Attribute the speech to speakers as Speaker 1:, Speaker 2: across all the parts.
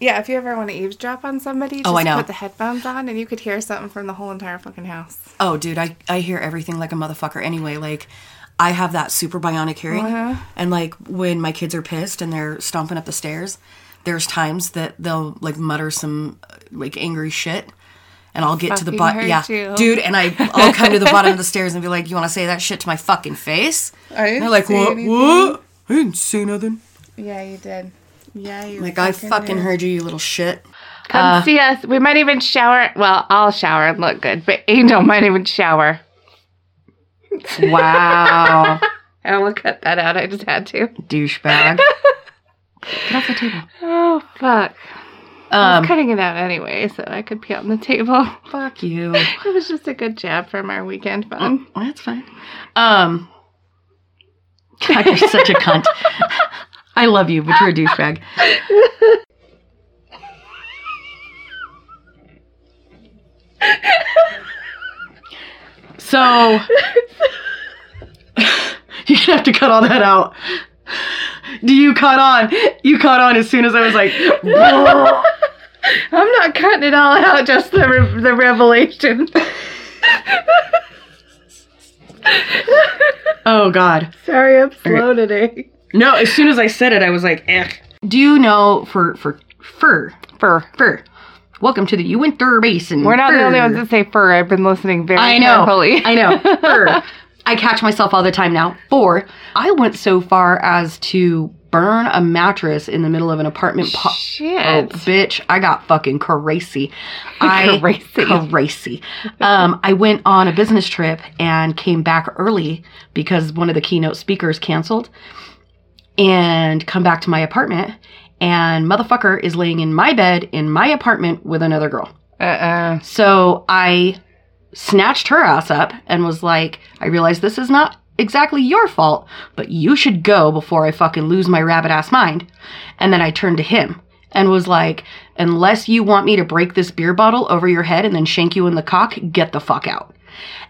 Speaker 1: Yeah, if you ever want to eavesdrop on somebody, just
Speaker 2: Oh, I know.
Speaker 1: put the headphones on and you could hear something from the whole entire fucking house.
Speaker 2: Oh, dude, I, I hear everything like a motherfucker anyway. Like, I have that super bionic hearing.
Speaker 1: Uh-huh.
Speaker 2: And, like, when my kids are pissed and they're stomping up the stairs, there's times that they'll, like, mutter some, uh, like, angry shit. And I'll get to the
Speaker 1: Fucking
Speaker 2: bottom.
Speaker 1: heard
Speaker 2: Yeah.
Speaker 1: you.
Speaker 2: Dude, and I, I'll come to the bottom of the stairs and be like, you want to say that shit to my fucking face?
Speaker 1: I didn't
Speaker 2: And they're like,
Speaker 1: say
Speaker 2: what?
Speaker 1: anything."
Speaker 2: What? I didn't say nothing.
Speaker 1: Yeah, you did. Yeah, you
Speaker 2: Like, I fucking uh, heard you, you little shit.
Speaker 1: Come see us. We might even shower. Well, I'll shower and look good, but Angel might even shower.
Speaker 2: Wow.
Speaker 1: I will cut that out. I just had to.
Speaker 2: Douchebag. Get off the table.
Speaker 1: Oh, fuck. I
Speaker 2: Um,
Speaker 1: was cutting it out anyway, so I could pee on the table.
Speaker 2: fuck you.
Speaker 1: It was just a good jab from our weekend fun.
Speaker 2: Well, that's fine. Um, God, you're such a cunt. I love you, but you're a douchebag. So you're gonna have to cut all that out. Do you caught on? You caught on as soon as I was like,
Speaker 1: I'm not cutting it all out, just the, re- the revelation.
Speaker 2: "Oh God."
Speaker 1: Sorry, I'm slow today.
Speaker 2: No, as soon as I said it, I was like, eh. Do you know for for fur fur fur? Welcome to the Uinter Basin.
Speaker 1: We're not the
Speaker 2: Fur.
Speaker 1: only ones that say fur. I've been listening very
Speaker 2: I know.
Speaker 1: carefully.
Speaker 2: I know. Fur. I catch myself all the time now. Four. I went so far as to burn a mattress in the middle of an apartment. Po- Oh,
Speaker 1: Shit.
Speaker 2: bitch! I got fucking crazy. I
Speaker 1: Crazy.
Speaker 2: crazy. Um, I went on a business trip and came back early because one of the keynote speakers canceled, and come back to my apartment, and motherfucker is laying in my bed in my apartment with another girl.
Speaker 1: Uh-uh.
Speaker 2: So I snatched her ass up and was like, I realize this is not exactly your fault, but you should go before I fucking lose my rabbit ass mind. And then I turned to him and was like, unless you want me to break this beer bottle over your head and then shank you in the cock, get the fuck out.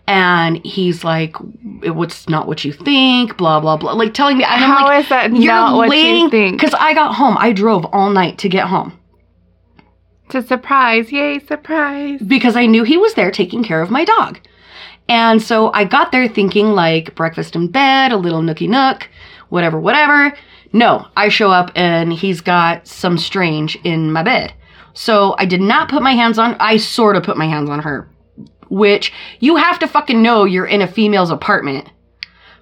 Speaker 2: And he's like, "It- what's not what you think, blah, blah, blah. Like telling me, and I'm
Speaker 1: How
Speaker 2: like,
Speaker 1: is that not what you think?
Speaker 2: Because I got home. I drove all night to get home.
Speaker 1: To surprise, yay, surprise.
Speaker 2: because I knew he was there taking care of my dog. And so I got there thinking like breakfast in bed, a little nookie nook, whatever, whatever. No, I show up and he's got some strange in my bed. So I did not put my hands on, I sort of put my hands on her, which you have to fucking know you're in a female's apartment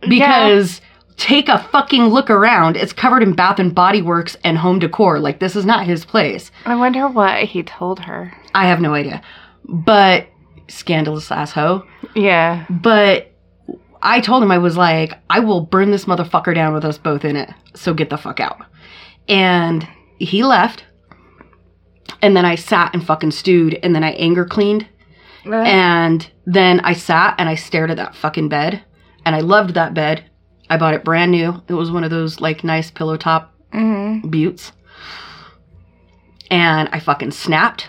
Speaker 2: because take a fucking look around. It's covered in bath and body works and home decor. Like this is not his place.
Speaker 1: I wonder what he told her.
Speaker 2: I have no idea. But scandalous asshole.
Speaker 1: Yeah.
Speaker 2: But I told him I was like, I will burn this motherfucker down with us both in it. So get the fuck out. And he left. And then I sat and fucking stewed and then I anger cleaned.
Speaker 1: Uh,
Speaker 2: And then I sat and I stared at that fucking bed. And I loved that bed. I bought it brand new. It was one of those like nice pillow top
Speaker 1: Mhm.
Speaker 2: buttes. And I fucking snapped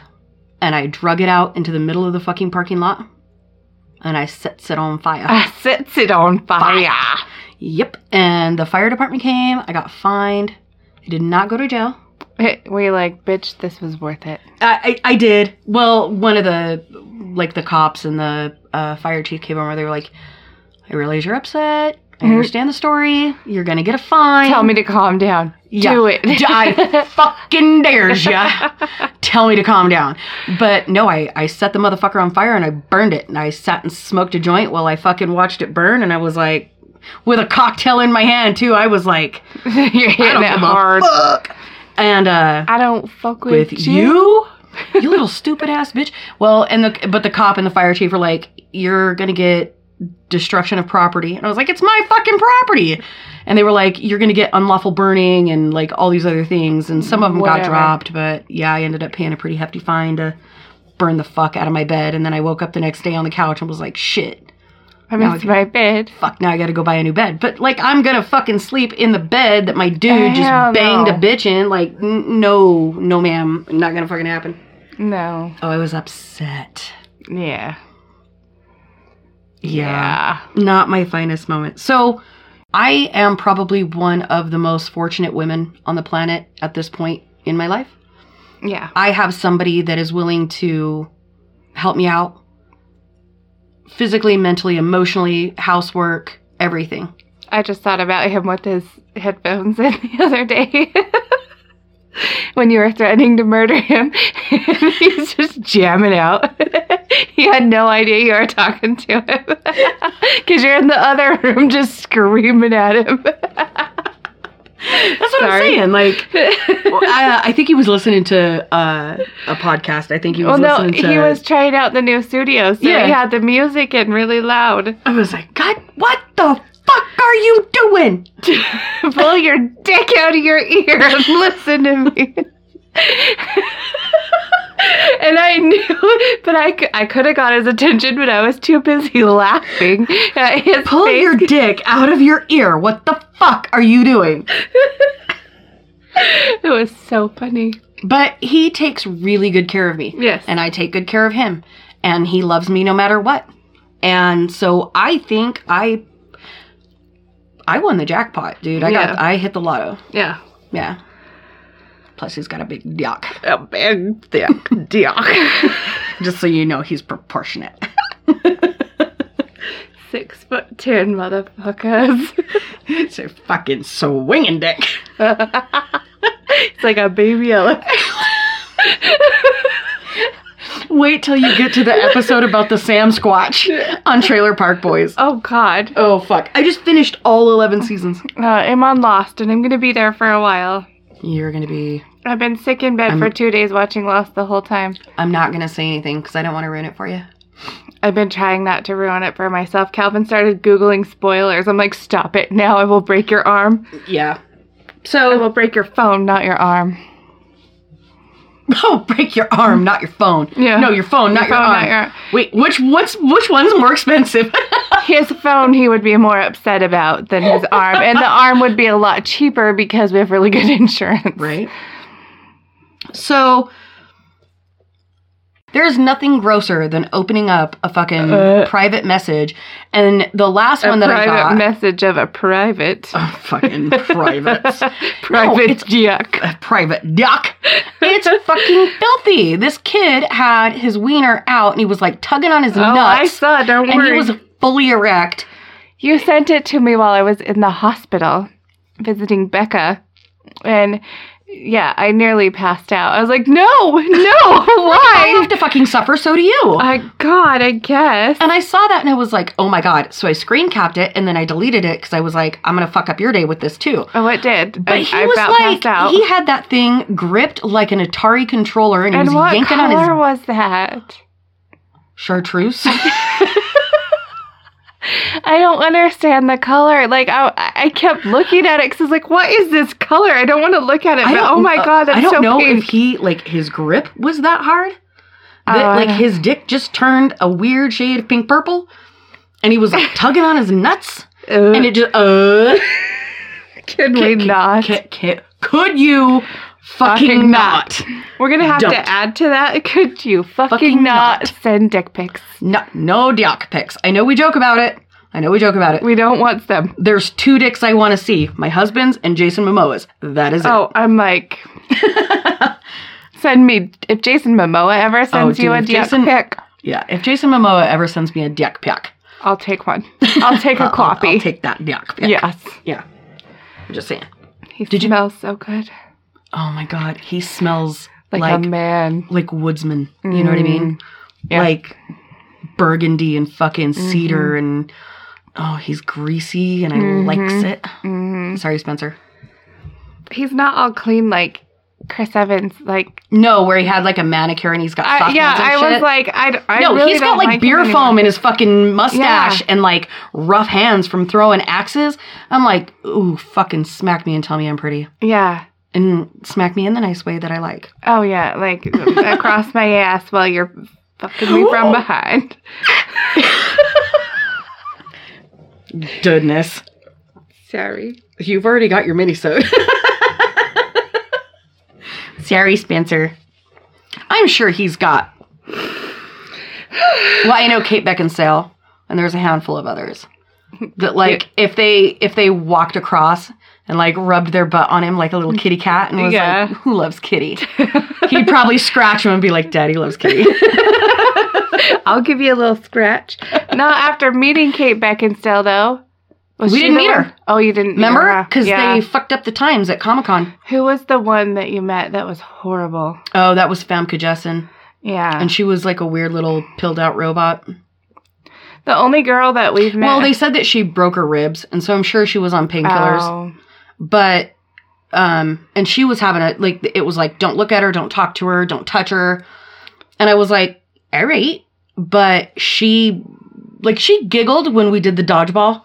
Speaker 2: and I drug it out into the middle of the fucking parking lot and I set it on fire.
Speaker 1: I sets it on fire.
Speaker 2: yep. And the fire department came. I got fined. I did not go to jail.
Speaker 1: We like, bitch, this was worth it.
Speaker 2: Mm-hmm. I, I, I did. Well, one of the, like, the cops and the uh, fire chief came over. They were like, I realize you're upset. I understand the story. You're going to get a fine.
Speaker 1: Mm-hmm. Tell me to calm down.
Speaker 2: Yeah.
Speaker 1: Do it.
Speaker 2: I fucking dares ya. Tell me to calm down. But no, I, I set the motherfucker on fire and I burned it. And I sat and smoked a joint while I fucking watched it burn. And I was like, with a cocktail in my hand, too, I was like,
Speaker 1: You're
Speaker 2: I
Speaker 1: hitting
Speaker 2: don't
Speaker 1: it
Speaker 2: give
Speaker 1: hard.
Speaker 2: a fuck. And, uh,
Speaker 1: I don't fuck with,
Speaker 2: with you? you little stupid ass bitch. Well, and the, but the cop and the fire chief were like, you're gonna get destruction of property. And I was like, it's my fucking property. And they were like, you're going to get unlawful burning and like all these other things. And some of them got
Speaker 1: Whatever.
Speaker 2: dropped. But yeah, I ended up paying a pretty hefty fine to burn the fuck out of my bed. And then I woke up the next day on the couch and was like, shit,
Speaker 1: I
Speaker 2: No,
Speaker 1: missed my bed.
Speaker 2: fuck, now I got to go buy a new bed. But like, I'm going to fucking sleep in the bed that my dude
Speaker 1: Hell
Speaker 2: just banged
Speaker 1: no.
Speaker 2: a bitch in. Like, n- no, no, ma'am. Not going to fucking happen.
Speaker 1: No.
Speaker 2: Oh, I was upset.
Speaker 1: Yeah.
Speaker 2: yeah. not my finest moment. So I am probably one of the most fortunate women on the planet at this point in my life
Speaker 1: Yeah.
Speaker 2: I have somebody that is willing to help me out physically, mentally, emotionally, housework, everything.
Speaker 1: I just thought about him with his headphones in the other day. when you were threatening to murder him. And he's just jamming out. he had no idea you were talking to him. Because you're in the other room just screaming at him.
Speaker 2: That's what
Speaker 1: Sorry.
Speaker 2: I'm saying. Like, well, I, I think he was listening to uh, a podcast. I think he
Speaker 1: well,
Speaker 2: was
Speaker 1: no,
Speaker 2: listening to.
Speaker 1: he was trying out the new studio, so
Speaker 2: Yeah.
Speaker 1: he had the music in really loud.
Speaker 2: I was like, God, what the fuck are you doing?
Speaker 1: Pull your dick out of your ear and listen to me. and I knew, but I, c- I could have got his attention, but I was too busy laughing at his
Speaker 2: Pull
Speaker 1: face.
Speaker 2: your dick out of your ear. What the fuck are you doing?
Speaker 1: It was so funny.
Speaker 2: But he takes really good care of me.
Speaker 1: Yes.
Speaker 2: And I take good care of him. And he loves me no matter what. And so I think I I won the jackpot, dude. I
Speaker 1: Yeah.
Speaker 2: got I hit the lotto.
Speaker 1: Yeah.
Speaker 2: Yeah. Plus he's got a big yuck.
Speaker 1: A big dick.
Speaker 2: Just so you know he's proportionate.
Speaker 1: Six foot ten motherfuckers.
Speaker 2: it's a fucking swinging dick.
Speaker 1: it's like a baby elephant.
Speaker 2: Wait till you get to the episode about the Sam Squatch on Trailer Park Boys.
Speaker 1: Oh, God.
Speaker 2: Oh fuck. I just finished all 11 seasons.
Speaker 1: Uh, I'm on Lost, and I'm going to be there for a while.
Speaker 2: You're going to be
Speaker 1: I've been sick in bed
Speaker 2: I'm-
Speaker 1: for two days watching Lost the whole time.
Speaker 2: I'm not going to say anything cuz I don't want to ruin it for you.
Speaker 1: I've been trying not to ruin it for myself. Calvin started Googling spoilers. I'm like, stop it now. I will break your arm.
Speaker 2: Yeah.
Speaker 1: I
Speaker 2: So
Speaker 1: will break your phone, not your arm.
Speaker 2: Oh, break your arm, not your phone.
Speaker 1: Yeah.
Speaker 2: No, your phone, not your,
Speaker 1: phone, not
Speaker 2: arm.
Speaker 1: your-
Speaker 2: Wait, which what's which one's more expensive?
Speaker 1: His phone, he would be more upset about than his arm. And the arm would be a lot cheaper because we have really good insurance.
Speaker 2: right. So there's nothing grosser than opening up a fucking
Speaker 1: Uh.
Speaker 2: private message, and the last
Speaker 1: A
Speaker 2: one that I
Speaker 1: private
Speaker 2: got.
Speaker 1: message of a private.
Speaker 2: Oh, fucking private,
Speaker 1: private
Speaker 2: it's-
Speaker 1: yuck.
Speaker 2: private duck. It's fucking filthy. This kid had his wiener out, and he was like tugging on his
Speaker 1: Oh, I
Speaker 2: nuts,
Speaker 1: saw. Don't
Speaker 2: and
Speaker 1: worry.
Speaker 2: he was fully erect.
Speaker 1: You sent it to me while I was in the hospital visiting Becca. And yeah, I nearly passed out. I was like, no, no,
Speaker 2: I
Speaker 1: why?
Speaker 2: have to fucking suffer. So do you.
Speaker 1: I, God, I guess.
Speaker 2: And I saw that and I was like, oh my God. So I screen capped it and then I deleted it because I was like, I'm going to fuck up your day with this too.
Speaker 1: Oh, it did.
Speaker 2: But
Speaker 1: I,
Speaker 2: he
Speaker 1: I
Speaker 2: was
Speaker 1: about
Speaker 2: like,
Speaker 1: passed out.
Speaker 2: he had that thing gripped like an Atari controller and,
Speaker 1: and
Speaker 2: he
Speaker 1: what
Speaker 2: was yanking on
Speaker 1: color
Speaker 2: his
Speaker 1: was that?
Speaker 2: chartreuse.
Speaker 1: I don't understand the color. Like, I, I kept looking at it because I was like, what is this color? I don't want to look at it.
Speaker 2: I
Speaker 1: But,
Speaker 2: don't-
Speaker 1: oh my
Speaker 2: uh,
Speaker 1: God, that's
Speaker 2: I don't
Speaker 1: so
Speaker 2: know
Speaker 1: pink.
Speaker 2: if he, like, his grip was that hard.
Speaker 1: Oh,
Speaker 2: That,
Speaker 1: I
Speaker 2: like,
Speaker 1: don't-
Speaker 2: his dick just turned a weird shade of pink purple and he was like tugging on his nuts.
Speaker 1: Ugh,
Speaker 2: And it just, uh.
Speaker 1: can we not?
Speaker 2: Could, could, could you fucking,
Speaker 1: Fucking
Speaker 2: not?
Speaker 1: not. We're going to have
Speaker 2: Don't.
Speaker 1: to add to that. Could you fucking,
Speaker 2: Fucking
Speaker 1: not,
Speaker 2: not.
Speaker 1: send dick pics?
Speaker 2: No, no dick pics. I know we joke about it. I know we joke about it.
Speaker 1: We don't want them.
Speaker 2: There's two dicks I want to see: my husband's and Jason Momoa's. That is it.
Speaker 1: Oh, I'm like, send me, if Jason Momoa ever sends
Speaker 2: Oh, dude,
Speaker 1: you a
Speaker 2: if
Speaker 1: dick
Speaker 2: Jason-
Speaker 1: pic,
Speaker 2: Yeah. If Jason Momoa ever sends me a dick pic,
Speaker 1: I'll take one. I'll take a
Speaker 2: I'll-
Speaker 1: copy.
Speaker 2: I'll, take that dick pic.
Speaker 1: Yes.
Speaker 2: Yeah. I'm just saying.
Speaker 1: He
Speaker 2: Did you-
Speaker 1: smells so good.
Speaker 2: Oh my god, he smells
Speaker 1: Like,
Speaker 2: like like,
Speaker 1: a man.
Speaker 2: woodsman. You know what I mean?
Speaker 1: Yeah. Mm-hmm.
Speaker 2: Like burgundy and fucking cedar and oh, he's greasy and I likes it.
Speaker 1: Mm.
Speaker 2: Sorry, Spencer.
Speaker 1: He's not all clean like Chris Evans. Like,
Speaker 2: No, where he had like a manicure and he's got
Speaker 1: I,
Speaker 2: soft
Speaker 1: yeah,
Speaker 2: hands and
Speaker 1: I was
Speaker 2: shit.
Speaker 1: like, I, d- I
Speaker 2: no,
Speaker 1: really
Speaker 2: he's
Speaker 1: don't
Speaker 2: got like,
Speaker 1: like
Speaker 2: beer
Speaker 1: him anymore.
Speaker 2: foam in his fucking mustache
Speaker 1: Yeah.
Speaker 2: and like rough hands from throwing axes. I'm like, ooh, fucking smack me and tell me I'm pretty.
Speaker 1: Yeah.
Speaker 2: And smack me in the nice way that I like.
Speaker 1: Oh yeah, like across my ass while you're fucking me from
Speaker 2: Ooh.
Speaker 1: behind.
Speaker 2: Goodness.
Speaker 1: Sorry.
Speaker 2: You've already got your minisode. Sorry, Spencer. I'm sure he's got. Well, I know Kate Beckinsale, and there's a handful of others. That like if they if they walked across and like rubbed their butt on him like a little kitty cat and was
Speaker 1: Yeah.
Speaker 2: like, "Who loves kitty?" He'd probably scratch him and be like, "Daddy loves kitty."
Speaker 1: I'll give you a little scratch. no, after meeting Kate Beckinsale, though. was
Speaker 2: We
Speaker 1: she
Speaker 2: didn't
Speaker 1: the
Speaker 2: meet
Speaker 1: one-
Speaker 2: her.
Speaker 1: Oh, you didn't meet her.
Speaker 2: Remember?
Speaker 1: huh?
Speaker 2: Because
Speaker 1: Yeah.
Speaker 2: they fucked up the times at Comic Con.
Speaker 1: Who was the one that you met that was horrible?
Speaker 2: Oh, that was Famke Jessen,
Speaker 1: Yeah.
Speaker 2: and she was like a weird little pilled out robot.
Speaker 1: the only girl that we've met.
Speaker 2: Well, they said that she broke her ribs, and so I'm sure she was on painkillers.
Speaker 1: Oh.
Speaker 2: But, um, and she was having a like it was like don't look at her, don't talk to her, don't touch her, and I was like, all right, but she, like, she giggled when we did the dodgeball,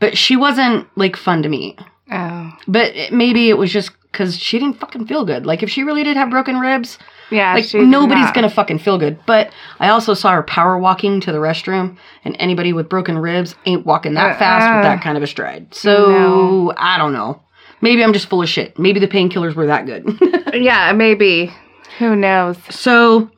Speaker 2: but she wasn't like fun to me.
Speaker 1: Oh.
Speaker 2: But it- maybe it was just because she didn't fucking feel good. Like if she really did have broken ribs,
Speaker 1: Yeah.
Speaker 2: like
Speaker 1: she's
Speaker 2: nobody's
Speaker 1: not-
Speaker 2: gonna fucking feel good. But I also saw her power walking to the restroom, and anybody with broken ribs ain't walking that fast with
Speaker 1: Uh-uh.
Speaker 2: that kind of a stride. So
Speaker 1: No.
Speaker 2: I don't know. Maybe I'm just full of shit. Maybe the painkillers were that good.
Speaker 1: Yeah, maybe. Who knows?
Speaker 2: so,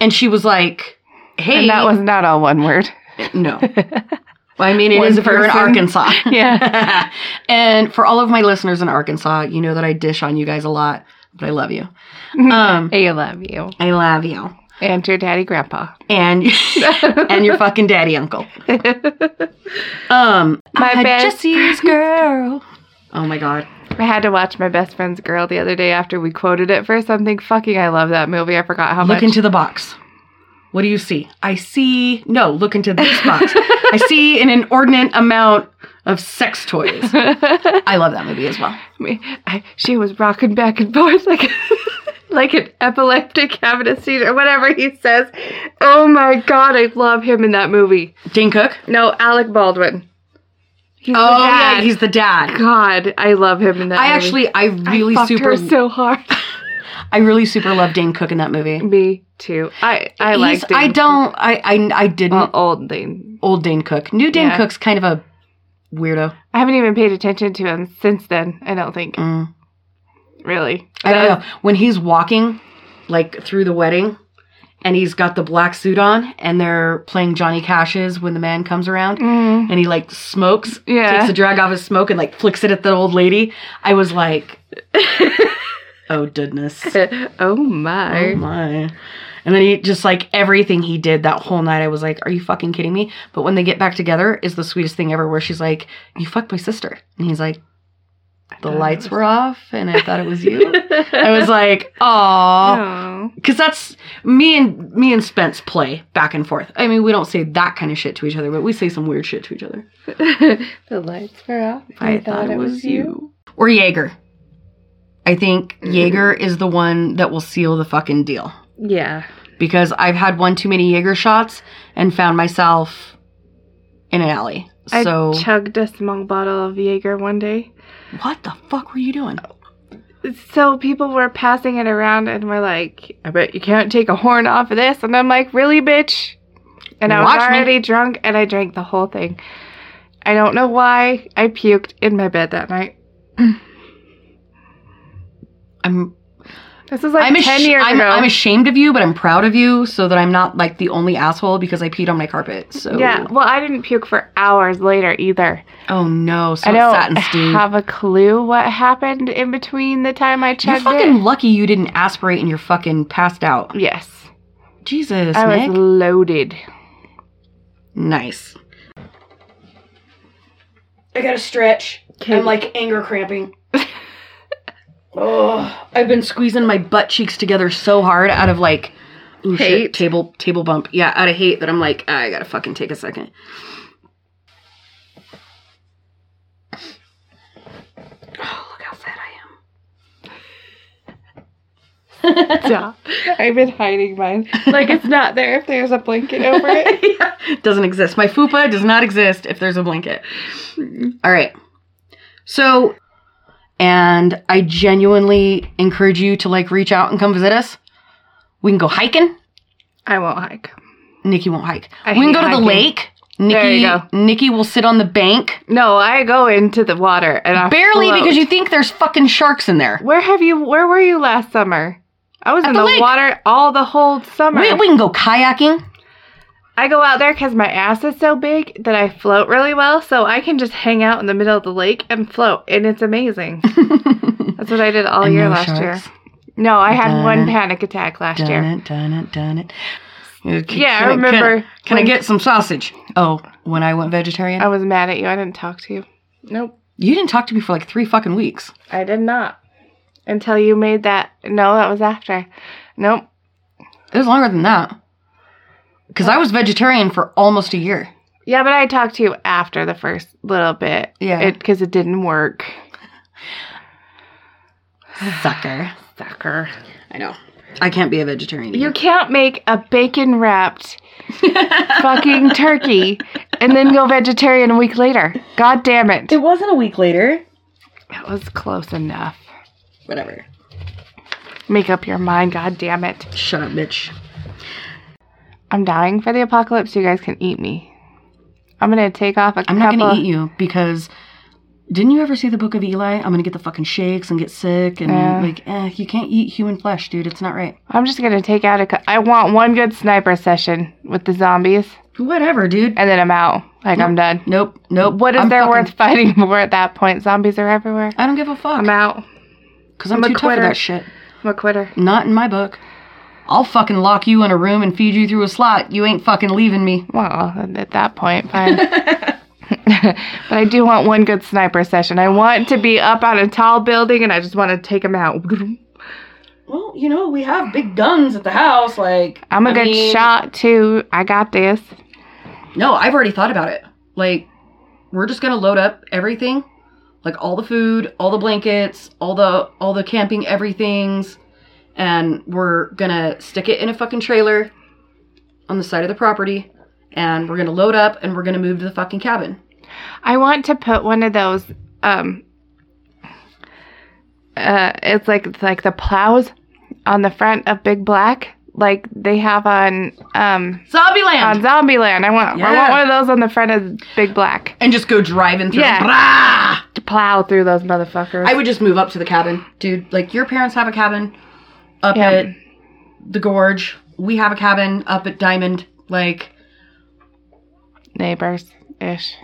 Speaker 2: and she was like, "Hey,
Speaker 1: And that was not all one word.
Speaker 2: no." Well, I mean, it
Speaker 1: One
Speaker 2: is if you're in
Speaker 1: person.
Speaker 2: Arkansas.
Speaker 1: Yeah.
Speaker 2: and for all of my listeners in Arkansas, you know that I dish on you guys a lot, but I love you. Um,
Speaker 1: I love you.
Speaker 2: I love you.
Speaker 1: And your daddy grandpa.
Speaker 2: And and your fucking daddy uncle. Um,
Speaker 1: My
Speaker 2: I'm
Speaker 1: best
Speaker 2: Jesse's girl. Oh my god.
Speaker 1: I had to watch my best friend's girl the other day after we quoted it for something. Fucking, I love that movie. I forgot how
Speaker 2: look
Speaker 1: much.
Speaker 2: into the box. What do you see? I see. No, look into this box. I see an inordinate amount of sex toys. I love that movie as well.
Speaker 1: me. I, she was rocking back and forth like like an epileptic having a seizure, whatever he says. Oh my god, I love him in that movie.
Speaker 2: Jane Cook.
Speaker 1: No, Alec Baldwin. He's the
Speaker 2: Oh yeah,
Speaker 1: dad.
Speaker 2: he's the dad.
Speaker 1: God, I love him in that. movie.
Speaker 2: I actually, I really
Speaker 1: I fucked
Speaker 2: super,
Speaker 1: her so hard.
Speaker 2: I really super love Dane Cook in that movie.
Speaker 1: me too. I I
Speaker 2: He's-
Speaker 1: liked him.
Speaker 2: I don't. I I, I didn't.
Speaker 1: well, old thing.
Speaker 2: old Dane Cook. New Dane
Speaker 1: Yeah.
Speaker 2: Cook's kind of a weirdo.
Speaker 1: I haven't even paid attention to him since then. I don't think
Speaker 2: Mm.
Speaker 1: really.
Speaker 2: I don't know. When he's walking, like through the wedding, and he's got the black suit on, and they're playing Johnny Cash's when the man comes around,
Speaker 1: Mm.
Speaker 2: and he like smokes,
Speaker 1: Yeah.
Speaker 2: takes a drag off his smoke, and like flicks it at the old lady. I was like, oh goodness.
Speaker 1: oh my.
Speaker 2: Oh my. And then he just like everything he did that whole night, I was like, Are you fucking kidding me? But when they get back together is the sweetest thing ever where she's like, You fucked my sister. And he's like, The
Speaker 1: thought it
Speaker 2: lights
Speaker 1: was-
Speaker 2: were off and I thought it was you. I was like, Aw.
Speaker 1: Aw.
Speaker 2: Cause that's me and me and Spence play back and forth. I mean, we don't say that kind of shit to each other, but we say some weird shit to each other.
Speaker 1: the lights were off.
Speaker 2: I, thought, it was, you. Or Jaeger. I think Jaeger is the one that will seal the fucking deal.
Speaker 1: Yeah.
Speaker 2: because I've had one too many Jaeger shots and found myself in an alley. So
Speaker 1: I chugged a small bottle of Jaeger one day.
Speaker 2: what the fuck were you doing?
Speaker 1: So people were passing it around and were like, I bet you can't take a horn off of this. And I'm like, really, bitch? And I was
Speaker 2: Watch me.
Speaker 1: already drunk and I drank the whole thing. I don't know why I puked in my bed that night.
Speaker 2: I'm
Speaker 1: This is like
Speaker 2: I'm,
Speaker 1: 10
Speaker 2: ash-
Speaker 1: years
Speaker 2: I'm,
Speaker 1: ago.
Speaker 2: I'm ashamed of you, but I'm proud of you so that I'm not like the only asshole because I peed on my carpet. So
Speaker 1: yeah, well, I didn't puke for hours later either.
Speaker 2: Oh no, so
Speaker 1: I
Speaker 2: it's
Speaker 1: don't
Speaker 2: satin stew.
Speaker 1: have a clue what happened in between the time I
Speaker 2: You're
Speaker 1: chugged
Speaker 2: fucking
Speaker 1: it.
Speaker 2: lucky you didn't aspirate and you're fucking passed out.
Speaker 1: Yes.
Speaker 2: Jesus,
Speaker 1: I
Speaker 2: Nick.
Speaker 1: was loaded.
Speaker 2: nice. I gotta stretch. I'm like anger cramping. oh, I've been squeezing my butt cheeks together so hard out of like ooh, shit,
Speaker 1: Hate.
Speaker 2: table table bump. Yeah, out of hate that I'm like "Ah, I gotta fucking take a second. Oh, look how fat I am.
Speaker 1: Stop. I've been hiding mine. Like it's not there if there's a blanket over it.
Speaker 2: Yeah, doesn't exist. My fupa does not exist if there's a blanket. All right. So, and I genuinely encourage you to like reach out and come visit us. We can go hiking.
Speaker 1: I won't hike.
Speaker 2: Nikki won't hike.
Speaker 1: I
Speaker 2: we can
Speaker 1: hate
Speaker 2: go to the
Speaker 1: hiking.
Speaker 2: lake. Nikki,
Speaker 1: There you go.
Speaker 2: Nikki will sit on the bank
Speaker 1: No, I go into the water and I
Speaker 2: barely
Speaker 1: float.
Speaker 2: because you think there's fucking sharks in there.
Speaker 1: Where have you? Where were you last summer? I was
Speaker 2: At
Speaker 1: in
Speaker 2: the
Speaker 1: the,
Speaker 2: lake.
Speaker 1: water all the whole summer.
Speaker 2: We, we can go kayaking.
Speaker 1: I go out there because my ass is so big that I float really well, so I can just hang out in the middle of the lake and float, and it's amazing. That's what I did all
Speaker 2: And
Speaker 1: year
Speaker 2: no
Speaker 1: last
Speaker 2: sharks.
Speaker 1: year. No, I had
Speaker 2: Dun
Speaker 1: one
Speaker 2: it.
Speaker 1: panic attack last
Speaker 2: Done
Speaker 1: year.
Speaker 2: it, done it, done it. Yeah,
Speaker 1: Yeah, I remember.
Speaker 2: Can, I
Speaker 1: when
Speaker 2: get some sausage? Oh, when I went vegetarian,
Speaker 1: I was mad at you. I didn't talk to you. Nope,
Speaker 2: you didn't talk to me for like three fucking weeks.
Speaker 1: I did not. Until you made that. No, that was after. Nope.
Speaker 2: It was longer than that. Because I was vegetarian for almost a year.
Speaker 1: Yeah, but I talked to you after the first little bit.
Speaker 2: Yeah.
Speaker 1: Because it, didn't work.
Speaker 2: Sucker.
Speaker 1: Sucker.
Speaker 2: I know. I can't be a vegetarian.
Speaker 1: You can't make a bacon wrapped fucking turkey and then go vegetarian a week later. God damn it.
Speaker 2: It wasn't a week later.
Speaker 1: That was close enough.
Speaker 2: Whatever.
Speaker 1: Make up your mind, god damn it.
Speaker 2: Shut up, bitch.
Speaker 1: I'm dying for the apocalypse. You guys can eat me. I'm gonna take off a
Speaker 2: I'm not
Speaker 1: couple.
Speaker 2: gonna eat you because didn't you ever see the Book of Eli? I'm gonna get the fucking shakes and get sick and
Speaker 1: Yeah.
Speaker 2: like, eh, you can't eat human flesh, dude. It's not right.
Speaker 1: I'm just gonna take out a. cou- I want one good sniper session with the zombies,
Speaker 2: Whatever, dude.
Speaker 1: and then I'm out. Like I'm done.
Speaker 2: Nope, nope.
Speaker 1: What is
Speaker 2: I'm
Speaker 1: there
Speaker 2: fucking-
Speaker 1: worth fighting for at that point? Zombies are everywhere.
Speaker 2: I don't give a fuck.
Speaker 1: I'm out.
Speaker 2: Because I'm,
Speaker 1: I'm a
Speaker 2: too tough for
Speaker 1: quitter.
Speaker 2: that shit.
Speaker 1: I'm a quitter.
Speaker 2: Not in my book. I'll fucking lock you in a room and feed you through a slot. You ain't fucking leaving me.
Speaker 1: Well, at that point, fine. but I do want one good sniper session. I want to be up on a tall building, and I just want to take them out.
Speaker 2: Well, you know, we have big guns at the house. Like,
Speaker 1: I'm a
Speaker 2: I
Speaker 1: good
Speaker 2: mean-
Speaker 1: shot too. I got this.
Speaker 2: No, I've already thought about it. Like, we're just gonna load up everything, like all the food, all the blankets, all the all the camping everything's, and we're gonna stick it in a fucking trailer on the side of the property, and we're gonna load up and we're gonna move to the fucking cabin.
Speaker 1: I want to put one of those. Um, uh, it's like it's like the plows on the front of Big Black, like they have on um
Speaker 2: Zombie
Speaker 1: on
Speaker 2: land.
Speaker 1: Zombieland. I want I
Speaker 2: Yeah.
Speaker 1: want one of those on the front of Big Black
Speaker 2: and just go driving through.
Speaker 1: Yeah.
Speaker 2: Brah!
Speaker 1: to plow through those motherfuckers.
Speaker 2: I would just move up to the cabin, dude. Like your parents have a cabin up
Speaker 1: Yeah.
Speaker 2: at the gorge. We have a cabin up at Diamond. Like
Speaker 1: Neighbors ish.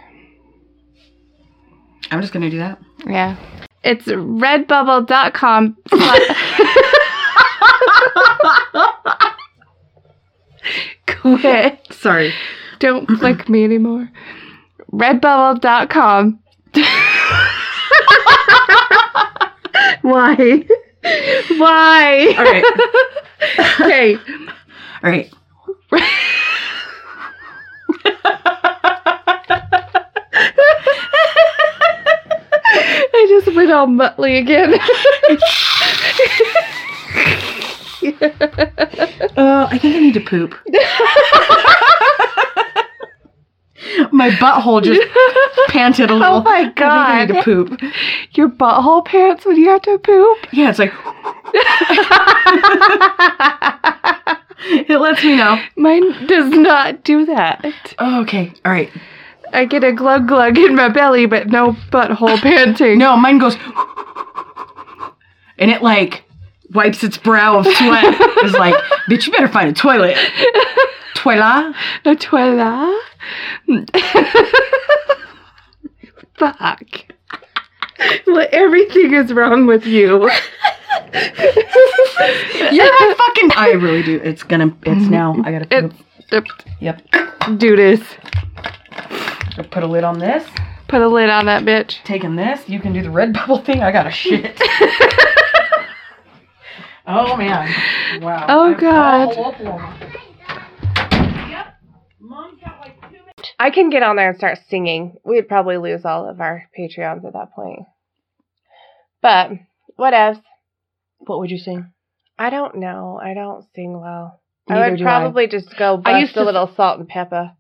Speaker 2: I'm just gonna do that.
Speaker 1: Yeah. It's redbubble.com. Quit.
Speaker 2: Sorry.
Speaker 1: Don't click me anymore. Redbubble.com. Why? Why?
Speaker 2: All right.
Speaker 1: Okay.
Speaker 2: All right.
Speaker 1: I just went all mutley again.
Speaker 2: Uh, I think I need to poop. My butthole just panted a little.
Speaker 1: Oh my
Speaker 2: I think I need to
Speaker 1: God.
Speaker 2: poop.
Speaker 1: Your butthole pants when you have to poop.
Speaker 2: Yeah, it's like it lets me know.
Speaker 1: Mine does not do that.
Speaker 2: Oh, okay. All right.
Speaker 1: I get a glug glug in my belly, but no butthole panting.
Speaker 2: No, mine goes, and it like wipes its brow of sweat. It's like, bitch, you better find a toilet. Toilet.
Speaker 1: A toilet? Fuck. Well, everything is wrong with you.
Speaker 2: You're my fucking. I really do. It's gonna.
Speaker 1: Mm-hmm.
Speaker 2: It's now. I gotta
Speaker 1: It, it,
Speaker 2: poop. Yep.
Speaker 1: do this.
Speaker 2: I put a lid on this.
Speaker 1: Put a lid on that bitch.
Speaker 2: Taking this. You can do the red bubble thing. I gotta shit. oh man. Wow.
Speaker 1: Oh,
Speaker 2: I'm
Speaker 1: God.
Speaker 2: all up along. Mom's got like two minutes.
Speaker 1: I can get on there and start singing. We'd probably lose all of our Patreons at that point. But what else?
Speaker 2: What would you sing?
Speaker 1: I don't know. I don't sing well. I
Speaker 2: Neither
Speaker 1: would
Speaker 2: do I.
Speaker 1: probably just go bust
Speaker 2: used
Speaker 1: a
Speaker 2: to-
Speaker 1: little salt and pepper.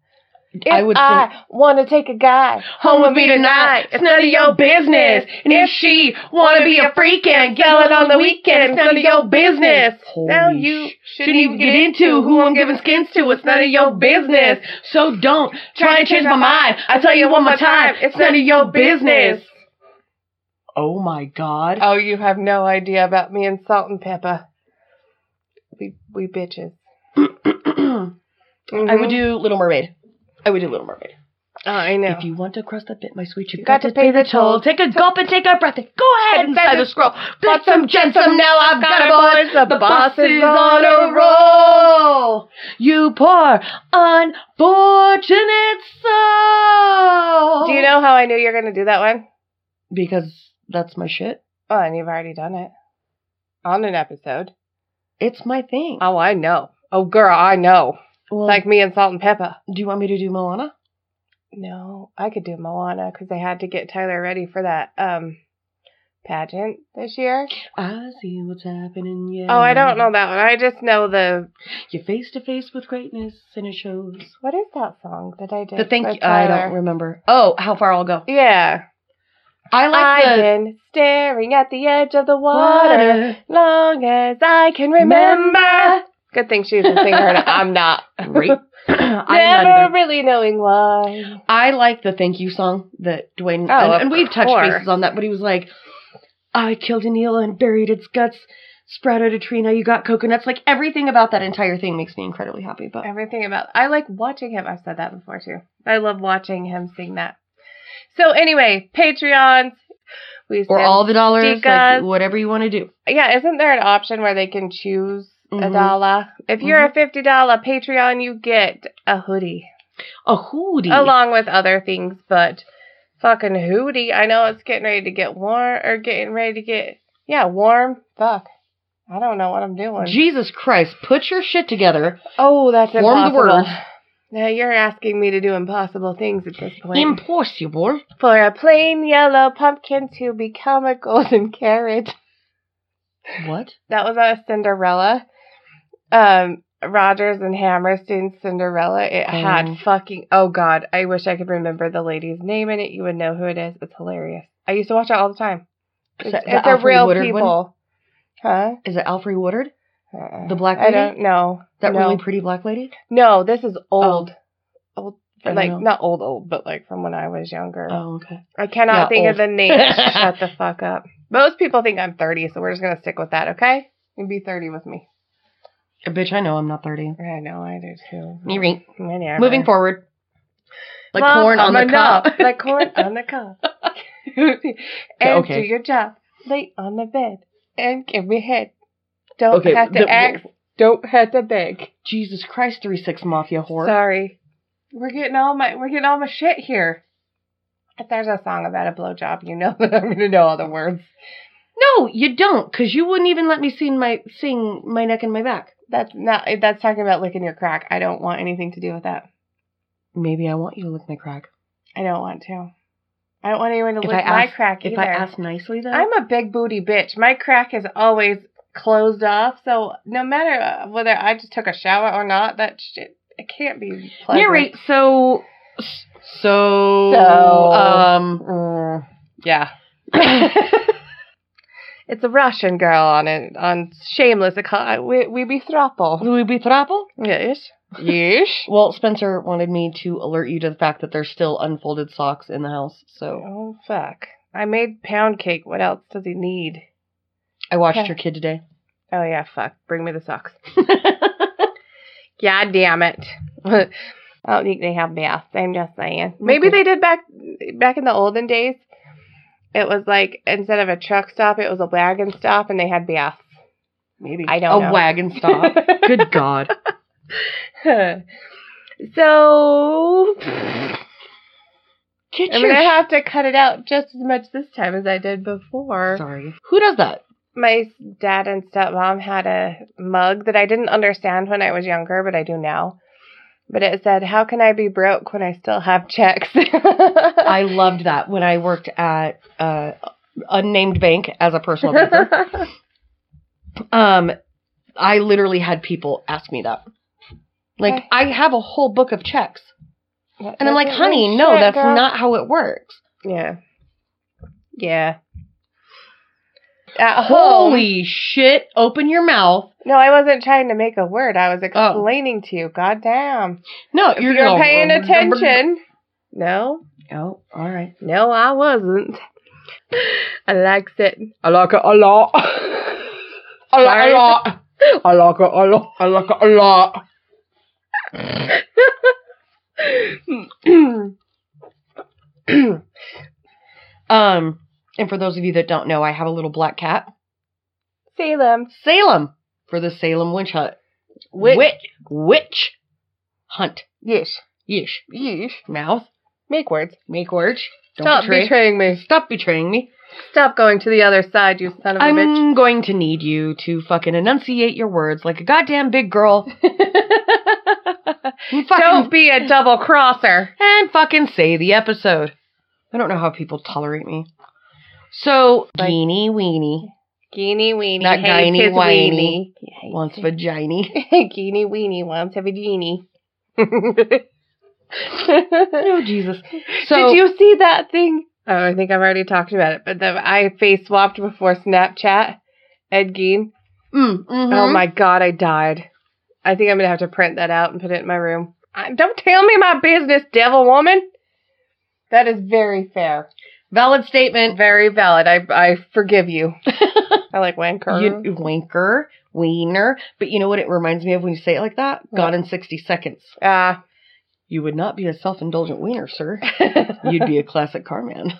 Speaker 2: I would think-
Speaker 1: want to take a guy home with me tonight. It's none of your business. And if she want to be a freak and yelling on the weekend, it's none of your business. now
Speaker 2: Holy
Speaker 1: you
Speaker 2: sh-
Speaker 1: shouldn't even get into who I'm giving skins to. It's none of your business.
Speaker 2: So don't
Speaker 1: Try and change my mind. I tell you one more time, it's none of your business.
Speaker 2: Oh my god.
Speaker 1: Oh, you have no idea about me and salt and pepper. We we bitches.
Speaker 2: I would do Little Mermaid. I would do Little Mermaid.
Speaker 1: Oh, Mm-hmm. I know.
Speaker 2: If you want to cross that bit, my sweet, you've
Speaker 1: got to pay the toll.
Speaker 2: Take a gulp and take a breath. And go ahead and
Speaker 1: Inside
Speaker 2: sign
Speaker 1: the
Speaker 2: the scroll. Bought
Speaker 1: some,
Speaker 2: some Jensum, now I've got a voice. The boss is on a
Speaker 1: roll.
Speaker 2: roll. You poor, unfortunate soul.
Speaker 1: Do you know how I knew you're gonna do that one?
Speaker 2: Because that's my shit.
Speaker 1: Oh, and you've already done it on an episode.
Speaker 2: It's my thing.
Speaker 1: Oh, I know. Oh, girl, I know.
Speaker 2: Well,
Speaker 1: Like me and Salt and Pepper.
Speaker 2: do you want me to do Moana?
Speaker 1: No, I could do Moana because they had to get Tyler ready for that um pageant this year.
Speaker 2: I see what's happening. Yeah.
Speaker 1: Oh, I don't know that one. I just know the
Speaker 2: You're face to face with greatness, and it shows.
Speaker 1: what is that song that I did?
Speaker 2: The thing
Speaker 1: for
Speaker 2: I
Speaker 1: Tyler?
Speaker 2: don't remember. Oh, how far I'll go.
Speaker 1: Yeah,
Speaker 2: I like
Speaker 1: I've
Speaker 2: the
Speaker 1: been staring at the edge of the water, long as I can remember. Good thing she's a singer and I'm not.
Speaker 2: Great. I,
Speaker 1: Never really knowing why.
Speaker 2: I like the thank you song that Dwayne
Speaker 1: Oh,
Speaker 2: and,
Speaker 1: of
Speaker 2: and we've touched
Speaker 1: course.
Speaker 2: bases on that, but he was like, "I killed an eel and buried its guts, sprouted a tree. Now you got coconuts." Like everything about that entire thing makes me incredibly happy. But
Speaker 1: Everything about I like watching him. I've said that before too. I love watching him sing that. So anyway, Patreons. We
Speaker 2: or
Speaker 1: send-
Speaker 2: all the dollars,
Speaker 1: Because-
Speaker 2: like whatever you want to do.
Speaker 1: yeah, isn't there an option where they can choose a
Speaker 2: Mhm.
Speaker 1: dollar? If you're
Speaker 2: Mm-hmm.
Speaker 1: a fifty dollar Patreon, you get a hoodie
Speaker 2: A hoodie.
Speaker 1: along with other things, but fucking hoodie. I know it's getting ready to get warm or getting ready to get yeah warm. Fuck, I don't know what I'm doing.
Speaker 2: Jesus Christ! Put your shit together.
Speaker 1: oh, that's
Speaker 2: form the
Speaker 1: impossible.
Speaker 2: words.
Speaker 1: Now you're asking me to do impossible things at this point.
Speaker 2: Impossible.
Speaker 1: For a plain yellow pumpkin to become a golden carrot.
Speaker 2: What?
Speaker 1: That was out of Cinderella. Um, Rogers and Hammerstein's Cinderella. It
Speaker 2: Oh.
Speaker 1: had fucking oh god, I wish I could remember the lady's name in it. You would know who it is. It's hilarious. I used to watch it all the time.
Speaker 2: Is
Speaker 1: It's,
Speaker 2: that the
Speaker 1: it's a
Speaker 2: Alfred
Speaker 1: real
Speaker 2: Woodard one?
Speaker 1: people. Huh?
Speaker 2: Is it Alfred Woodard?
Speaker 1: Uh-uh.
Speaker 2: The black
Speaker 1: I
Speaker 2: lady?
Speaker 1: don't know.
Speaker 2: That
Speaker 1: no.
Speaker 2: really pretty black lady?
Speaker 1: No, this is old. Old
Speaker 2: I don't
Speaker 1: like
Speaker 2: know.
Speaker 1: not old old, but like from when I was younger.
Speaker 2: Oh, okay.
Speaker 1: I cannot
Speaker 2: Yeah, oh.
Speaker 1: think
Speaker 2: old.
Speaker 1: of the name. Shut the fuck up. Most people think I'm 30, so we're just gonna stick with that, okay? And be 30 with me.
Speaker 2: Bitch, I know I'm not 30.
Speaker 1: I know I do too.
Speaker 2: Moving
Speaker 1: Whatever.
Speaker 2: forward. Like
Speaker 1: Mom,
Speaker 2: corn on
Speaker 1: I'm
Speaker 2: the
Speaker 1: enough.
Speaker 2: cob.
Speaker 1: like corn on the cob. and
Speaker 2: Okay.
Speaker 1: do your job. Lay on the bed and give me head. Don't
Speaker 2: Okay,
Speaker 1: have to
Speaker 2: the-
Speaker 1: ask. Don't have to beg.
Speaker 2: Jesus Christ, 3 6 Mafia whore.
Speaker 1: Sorry, we're getting all my we're getting all my shit here. If there's a song about a blowjob, you know that I'm gonna know all the words.
Speaker 2: no, you don't, because you wouldn't even let me sing my, sing my neck and my back.
Speaker 1: That's not. eh, That's talking about licking your crack. I don't want anything to do with that.
Speaker 2: Maybe I want you to lick my crack.
Speaker 1: I don't want to. I don't want anyone to
Speaker 2: If
Speaker 1: lick
Speaker 2: I
Speaker 1: my
Speaker 2: ask-
Speaker 1: crack either.
Speaker 2: If I ask nicely, though.
Speaker 1: I'm a big booty bitch. My crack is always closed off, so no matter uh, whether I just took a shower or not, that shit it can't be pleasant.
Speaker 2: yeah, right. So, so,
Speaker 1: So-
Speaker 2: um,
Speaker 1: Mm, yeah.
Speaker 2: I
Speaker 1: It's a Russian girl on it on Shameless. It ca- We we be throuple.
Speaker 2: will be throttle?
Speaker 1: Yes. Yes.
Speaker 2: Well, Spencer wanted me to alert you to the fact that there's still unfolded socks in the house, so
Speaker 1: Oh fuck! I made pound cake. What else does he need?
Speaker 2: I watched
Speaker 1: Okay.
Speaker 2: your kid today.
Speaker 1: Oh yeah, fuck. Bring me the socks. God damn it. I don't think they have baths. I'm just saying. Maybe
Speaker 2: Okay.
Speaker 1: they did back back in the olden days. It was like instead of a truck stop, it was a wagon stop, and they had baths.
Speaker 2: Maybe
Speaker 1: I don't
Speaker 2: a
Speaker 1: know.
Speaker 2: wagon stop. Good God.
Speaker 1: so
Speaker 2: Get
Speaker 1: I'm
Speaker 2: your
Speaker 1: gonna
Speaker 2: sh-
Speaker 1: have to cut it out just as much this time as I did before.
Speaker 2: Sorry. Who does that?
Speaker 1: my dad and stepmom had a mug that I didn't understand when I was younger, but I do now. But it said, "How can I be broke when I still have checks?"
Speaker 2: I loved that when I worked at uh, unnamed bank as a personal banker. um, I literally had people ask me that. Like,
Speaker 1: Okay.
Speaker 2: I have a whole book of checks,
Speaker 1: That
Speaker 2: and I'm like,
Speaker 1: doesn't mean
Speaker 2: honey, no,
Speaker 1: shit,
Speaker 2: that's
Speaker 1: girl."
Speaker 2: not how it works.
Speaker 1: Yeah, yeah. At home,
Speaker 2: Holy shit! Open your mouth.
Speaker 1: no, I wasn't trying to make a word. I
Speaker 2: Oh.
Speaker 1: was explaining to you. God damn,
Speaker 2: No,
Speaker 1: you're,
Speaker 2: gonna-
Speaker 1: paying attention. No,
Speaker 2: Oh, all right.
Speaker 1: No, I wasn't. I likes it. I like it a lot. I
Speaker 2: I like it a lot. I like it a lot. um, and for those of you that don't know, I have a little black cat,
Speaker 1: Salem.
Speaker 2: Salem, for the Salem witch hunt.
Speaker 1: Witch.
Speaker 2: Witch, witch hunt.
Speaker 1: Yes.
Speaker 2: Yeesh.
Speaker 1: Yes.
Speaker 2: Mouth.
Speaker 1: Make words.
Speaker 2: Make words. Don't
Speaker 1: Stop
Speaker 2: betray.
Speaker 1: betraying me.
Speaker 2: Stop betraying me.
Speaker 1: Stop going to the other side, you son of a bitch.
Speaker 2: I'm going to need you to fucking enunciate your words like a goddamn big girl. And fucking,
Speaker 1: Don't be a double crosser.
Speaker 2: and fucking say the episode. I don't know how people tolerate me. So,
Speaker 1: Like-
Speaker 2: Geeny Weenie
Speaker 1: Geeny weenie.
Speaker 2: Not
Speaker 1: hates
Speaker 2: guiny
Speaker 1: his weenie.
Speaker 2: whiny. wants vagina.
Speaker 1: Geeny weenie wants a genie.
Speaker 2: oh, Jesus. So,
Speaker 1: Did you see that thing? Oh, I think I've already talked about it, but the I face swapped before Snapchat. Ed Gein.
Speaker 2: Mm, mhm.
Speaker 1: Oh my god, I died. I think I'm gonna have to print that out and put it in my room. I, don't tell me my business, devil woman. That is very fair.
Speaker 2: Valid statement.
Speaker 1: Very valid. I I forgive you. I like wanker.
Speaker 2: You, winker, wiener. But you know what it reminds me of when you say it like that?
Speaker 1: What?
Speaker 2: Gone in 60 seconds.
Speaker 1: Ah.
Speaker 2: You would not be a self indulgent wiener, sir. You'd be a classic car man.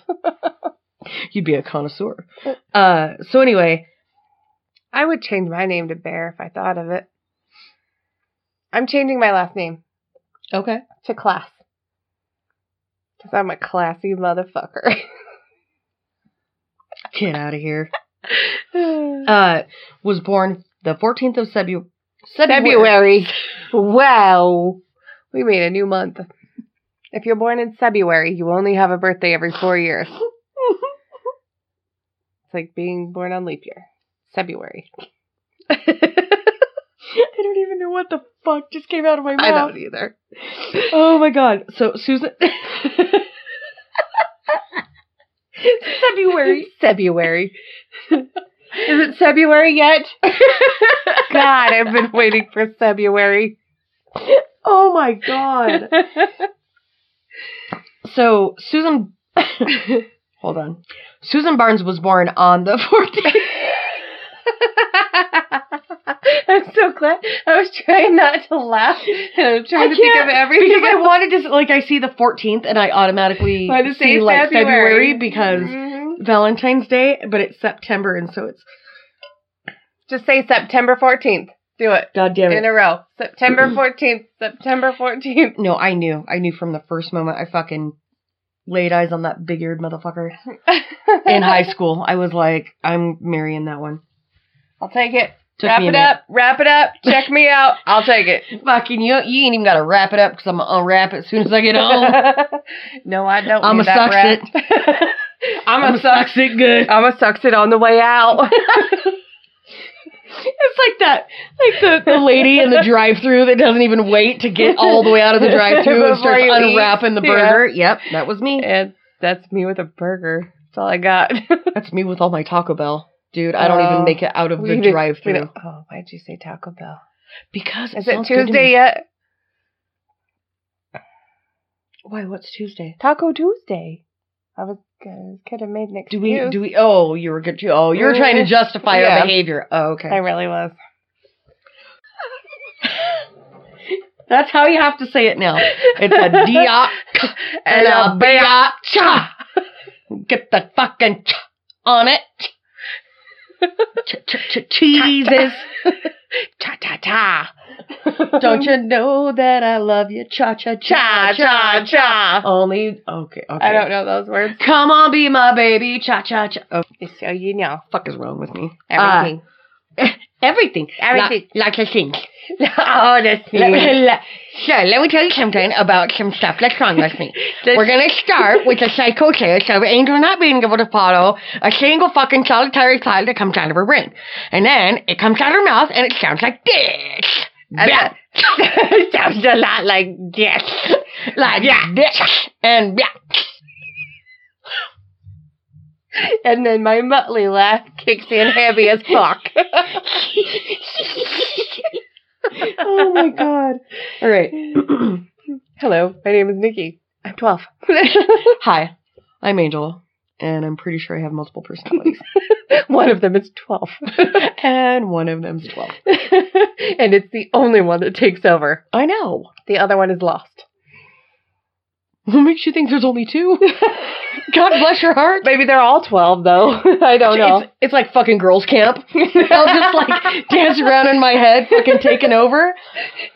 Speaker 2: You'd be a connoisseur. Uh, so anyway,
Speaker 1: I would change my name to Bear if I thought of it. I'm changing my last name
Speaker 2: okay.
Speaker 1: to Class. Because I'm a classy motherfucker.
Speaker 2: Get out of here. Uh, was born the 14th of Febu-
Speaker 1: February. wow. We made a new month. If you're born in February, you only have a birthday every four years. It's like being born on leap year. February.
Speaker 2: I don't even know what the fuck just came out of my mouth.
Speaker 1: I don't either.
Speaker 2: Oh my god. So Susan
Speaker 1: February. February. Is it February yet? God, I've been waiting for February.
Speaker 2: Oh my god. So Susan Hold on. Susan Barnes was born on the 14th.
Speaker 1: I'm so glad. I was trying not to laugh. and I'm trying
Speaker 2: I
Speaker 1: to think of
Speaker 2: can't,
Speaker 1: everything.
Speaker 2: Because I wanted to like I see the 14th and I automatically
Speaker 1: I wanted to
Speaker 2: see
Speaker 1: say
Speaker 2: like February,
Speaker 1: February.
Speaker 2: because
Speaker 1: Mhm.
Speaker 2: Valentine's Day, but it's September and so it's
Speaker 1: just say September 14th. Do it
Speaker 2: god damn
Speaker 1: in
Speaker 2: it.
Speaker 1: a row. September
Speaker 2: Mm-hmm.
Speaker 1: 14th. September 14th.
Speaker 2: No, I knew. I knew from the first moment I fucking laid eyes on that big eared motherfucker. in high school. I was like, I'm marrying that one.
Speaker 1: I'll take it.
Speaker 2: Took
Speaker 1: wrap
Speaker 2: me a
Speaker 1: it up. Wrap it up. Check me out. I'll take it.
Speaker 2: minute. Fucking you! You ain't even gotta wrap it up because I'm gonna unwrap it as soon as I get home.
Speaker 1: no, I don't.
Speaker 2: I'ma
Speaker 1: need that
Speaker 2: sucks
Speaker 1: wrap. I'm
Speaker 2: I'm
Speaker 1: a
Speaker 2: gonna sucks it good.
Speaker 1: I'm a sucks it on the way out.
Speaker 2: It's like that, like the, the lady in the drive-through that doesn't even wait to get all the way out of the drive-through and
Speaker 1: Before
Speaker 2: starts
Speaker 1: you eat.
Speaker 2: unwrapping the
Speaker 1: Yeah.
Speaker 2: burger. Yep, that was me.
Speaker 1: and that's me with a burger. That's all I got.
Speaker 2: That's me with all my Taco Bell, dude. I don't
Speaker 1: Oh,
Speaker 2: even make it out of
Speaker 1: We
Speaker 2: the
Speaker 1: did- we
Speaker 2: drive-through
Speaker 1: don't- Oh, why'd you say Taco Bell?
Speaker 2: because
Speaker 1: Is it
Speaker 2: sounds good to
Speaker 1: Tuesday
Speaker 2: me.
Speaker 1: yet?
Speaker 2: Why? What's Tuesday?
Speaker 1: Taco Tuesday. I was gonna- could have made an
Speaker 2: Do
Speaker 1: excuse.
Speaker 2: we? Do we? Oh, you were good. To, oh, you were trying to
Speaker 1: Mm.
Speaker 2: justify
Speaker 1: Yeah.
Speaker 2: our behavior. Oh, okay.
Speaker 1: I really was.
Speaker 2: That's how you have to say it now. It's a dia and a bia cha. Get the fucking ch on it. Ch- ch- ch- Cheeses.
Speaker 1: cha cha cha.
Speaker 2: Don't you know that I love you? Cha cha cha
Speaker 1: cha cha cha?
Speaker 2: Only okay. okay.
Speaker 1: I don't know those words.
Speaker 2: Come on, be my baby. Cha cha cha. Oh,
Speaker 1: It's so you know
Speaker 2: fuck is wrong with me? Uh,
Speaker 1: everything.
Speaker 2: everything.
Speaker 1: Everything.
Speaker 2: Like, like a thing.
Speaker 1: oh, that's
Speaker 2: Let me- let- so let me tell you something about some stuff that's wrong with me. We're gonna start with the psychosis of Angel not being able to follow a single fucking solitary thought that comes out of her brain. And then it comes out of her mouth and it sounds like this.
Speaker 1: And
Speaker 2: Blah.
Speaker 1: that sounds a lot like yes.
Speaker 2: Like this and blah.
Speaker 1: And then my Muttley laugh kicks in heavy as fuck.
Speaker 2: Oh my god. Alright.
Speaker 1: Hello, my name is Nikki. I'm 12.
Speaker 2: Hi. I'm Angel, and I'm pretty sure I have multiple personalities. one of them is 12. and one of them's 12. and it's the only one that takes over. I know. The other one is lost. What makes you think there's only two? God bless your heart.
Speaker 3: Maybe they're all 12, though. I
Speaker 2: Oh,
Speaker 3: don't know.
Speaker 2: It's, it's like fucking girls' camp. They'll just like dance around in my head, fucking taking over.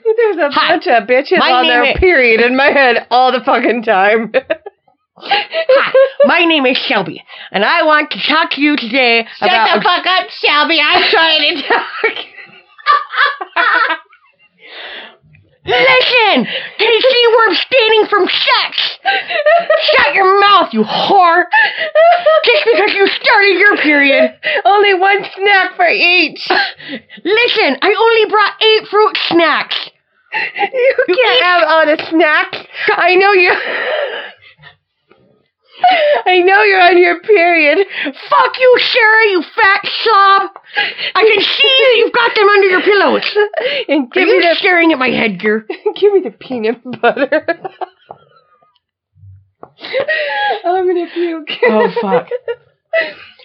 Speaker 3: There's a
Speaker 2: Hi.
Speaker 3: bunch of bitches
Speaker 2: My
Speaker 3: on
Speaker 2: name
Speaker 3: their
Speaker 2: is-
Speaker 3: period in my head all the fucking time.
Speaker 2: My name is Shelby, and I want to talk to you today
Speaker 3: Shut
Speaker 2: about.
Speaker 3: the fuck up, Shelby. I'm trying to talk.
Speaker 2: Listen, KC worm standing from sex. Shut your mouth, you whore. Just because you started your period.
Speaker 3: Only one snack for each.
Speaker 2: Listen, I only brought eight fruit snacks.
Speaker 3: You can't have all the snacks. I know you. I know you're on your period.
Speaker 2: Fuck you, Sarah, you fat slob. I can see that you've got them under your pillows.
Speaker 3: And
Speaker 2: Are
Speaker 3: give me
Speaker 2: you
Speaker 3: the
Speaker 2: staring at my headgear?
Speaker 3: give me the peanut butter. I'm gonna puke.
Speaker 2: Oh, fuck.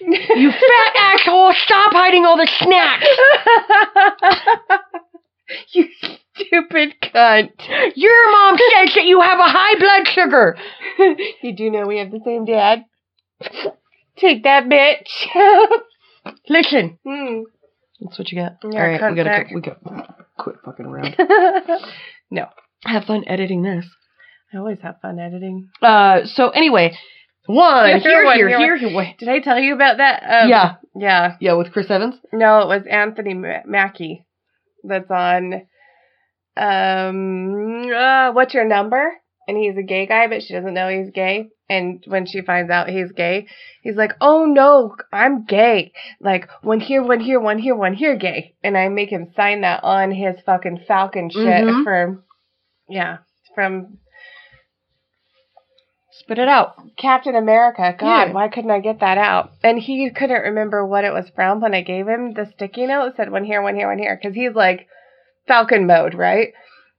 Speaker 2: You fat asshole, stop hiding all the snacks.
Speaker 3: you stupid cunt.
Speaker 2: Your mom says that you have a high blood sugar.
Speaker 3: You do know we have the same dad. Take that, bitch.
Speaker 2: Listen,
Speaker 3: Hmm.
Speaker 2: That's what you got.
Speaker 3: Yeah,
Speaker 2: All right, we gotta
Speaker 3: contact.
Speaker 2: we gotta quit fucking around.
Speaker 3: no,
Speaker 2: Have fun editing this.
Speaker 3: I always have fun editing.
Speaker 2: Uh, so anyway, one
Speaker 3: Yeah,
Speaker 2: here,
Speaker 3: here, one,
Speaker 2: here,
Speaker 3: here,
Speaker 2: here,
Speaker 3: one. Did I tell you about that? Um,
Speaker 2: yeah,
Speaker 3: Yeah.
Speaker 2: yeah, with Chris Evans.
Speaker 3: No, it was Anthony Ma- Mackie that's on um uh, what's your number? And he's a gay guy, but she doesn't know he's gay. And when she finds out he's gay, he's like, "Oh no, I'm gay!" Like one here, one here, one here, one here, gay. And I make him sign that on his fucking Falcon shit
Speaker 2: Mhm.
Speaker 3: for, yeah, from
Speaker 2: Spit it out.
Speaker 3: Captain America. God,
Speaker 2: Yeah.
Speaker 3: why couldn't I get that out? And he couldn't remember what it was from when I gave him the sticky note. It said one here, one here, one here. Because he's like Falcon mode, right?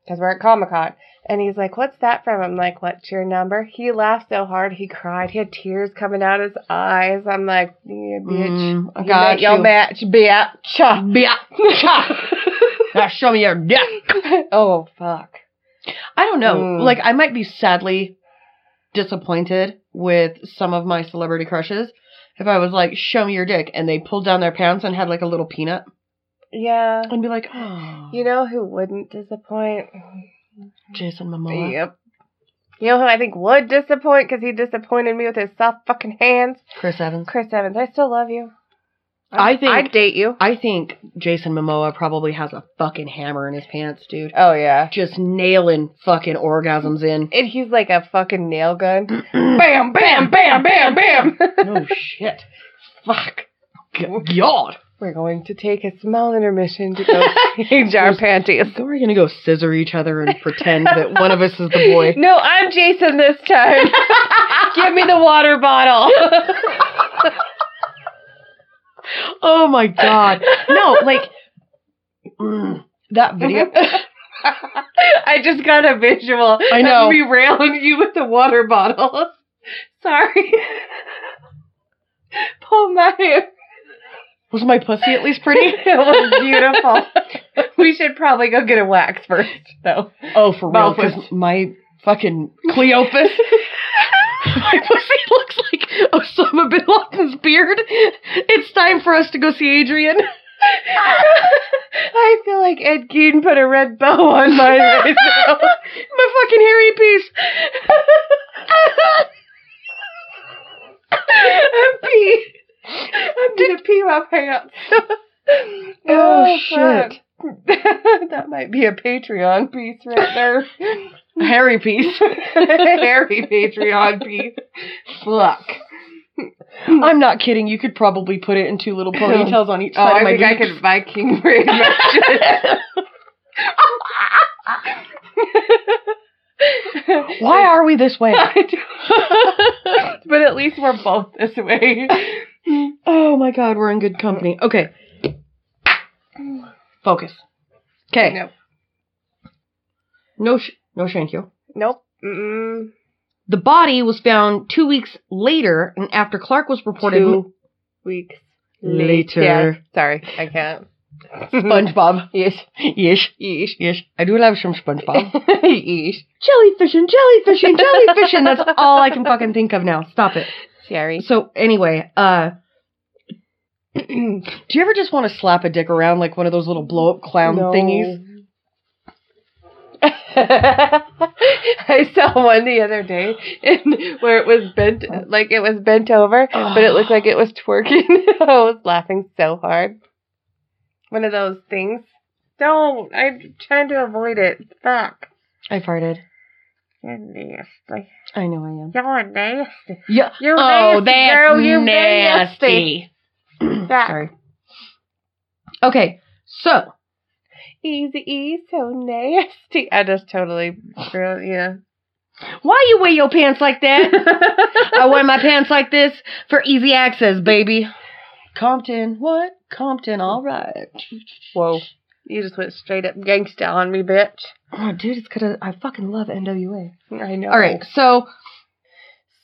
Speaker 3: Because we're at Comic Con. And he's like, What's that from? I'm like, What's your number? He laughed so hard, he cried. He had tears coming out his eyes. I'm like, Yeah, bitch.
Speaker 2: Mm, I
Speaker 3: You
Speaker 2: got
Speaker 3: met your
Speaker 2: you.
Speaker 3: match, bitch.
Speaker 2: Bitch. Now show me your dick. Hmm.
Speaker 3: oh, fuck.
Speaker 2: I don't know.
Speaker 3: Mm.
Speaker 2: Like I might be sadly disappointed with some of my celebrity crushes. If I was like, show me your dick, and they pulled down their pants and had like a little peanut,
Speaker 3: Yeah.
Speaker 2: and be like, oh,
Speaker 3: You know who wouldn't disappoint?
Speaker 2: Jason Momoa.
Speaker 3: Yep. You know who I think would disappoint because he disappointed me with his soft fucking hands?
Speaker 2: Chris Evans.
Speaker 3: Chris Evans, I still love you.
Speaker 2: I think-
Speaker 3: I'd date you.
Speaker 2: I think Jason Momoa probably has a fucking hammer in his pants, dude.
Speaker 3: Oh yeah.
Speaker 2: Just nailing fucking orgasms in.
Speaker 3: And he's like a fucking nail gun. bam, bam, bam, bam, bam.
Speaker 2: no shit. Fuck. G- God.
Speaker 3: We're going to take a small intermission to go change our panties.
Speaker 2: So we're gonna go scissor each other and pretend that one of us is the boy.
Speaker 3: No, I'm Jason this time. Give me the water bottle.
Speaker 2: Oh my god. No, like mm, that video.
Speaker 3: I just got a visual.
Speaker 2: I know.
Speaker 3: Of me railing you with the water bottle. Sorry. Pull my hair.
Speaker 2: Was my pussy at least pretty?
Speaker 3: It was beautiful. we should probably go get a wax first, though.
Speaker 2: Oh, for real?
Speaker 3: Mouth
Speaker 2: 'cause
Speaker 3: was-
Speaker 2: my fucking Cleophas. my pussy looks like Osama bin Laden's beard. It's time for us to go see Adrian.
Speaker 3: I feel like Ed Gein put a red bow on mine right now.
Speaker 2: My fucking hairy piece.
Speaker 3: I'm pee. I'm gonna pee my pants.
Speaker 2: Oh,
Speaker 3: fuck. that might be a Patreon piece right there.
Speaker 2: Hairy piece.
Speaker 3: Harry Patreon piece. Fuck.
Speaker 2: I'm not kidding. You could probably put it in two little ponytails on each
Speaker 3: Oh,
Speaker 2: side
Speaker 3: I
Speaker 2: of my
Speaker 3: think I
Speaker 2: boobs.
Speaker 3: could Viking braid my shit.
Speaker 2: Why are we this way?
Speaker 3: I don't- but at least we're both this way.
Speaker 2: oh my god, we're in good company. Okay. Focus. Okay.
Speaker 3: Nope.
Speaker 2: No, sh- no, thank you.
Speaker 3: Nope. Mm-mm.
Speaker 2: The body was found two weeks later, and after Clark was reported,
Speaker 3: Two weeks.
Speaker 2: Later.
Speaker 3: Yeah, sorry, I can't.
Speaker 2: SpongeBob.
Speaker 3: Yes.
Speaker 2: Yes,
Speaker 3: Yeesh.
Speaker 2: yes. I do love some SpongeBob.
Speaker 3: Yeesh.
Speaker 2: jellyfish and jellyfish and jellyfish and that's all I can fucking think of now. Stop it.
Speaker 3: Sorry.
Speaker 2: So anyway, uh do you ever just want to slap a dick around like one of those little blow up
Speaker 3: Um,
Speaker 2: clown thingies?
Speaker 3: I saw one the other day and where it was bent, like it was bent over, but it looked like it was twerking. I was laughing so hard. One of those things. Don't. I'm trying to avoid it. Fuck.
Speaker 2: I farted.
Speaker 3: You're nasty.
Speaker 2: I know I am.
Speaker 3: You're nasty.
Speaker 2: Yeah.
Speaker 3: You're
Speaker 2: oh,
Speaker 3: nasty,
Speaker 2: that's
Speaker 3: girl. You're
Speaker 2: nasty.
Speaker 3: Fuck.
Speaker 2: Sorry. Okay, so
Speaker 3: Easy E, so nasty. I just totally, really, yeah.
Speaker 2: why you wear your pants like that?
Speaker 3: Uh,
Speaker 2: I wear my pants like this for easy access, baby. Compton, what? Compton, all right.
Speaker 3: Whoa. You just went straight up gangsta on me, bitch.
Speaker 2: Oh, dude, it's gonna. I fucking love NWA.
Speaker 3: I know.
Speaker 2: All right, so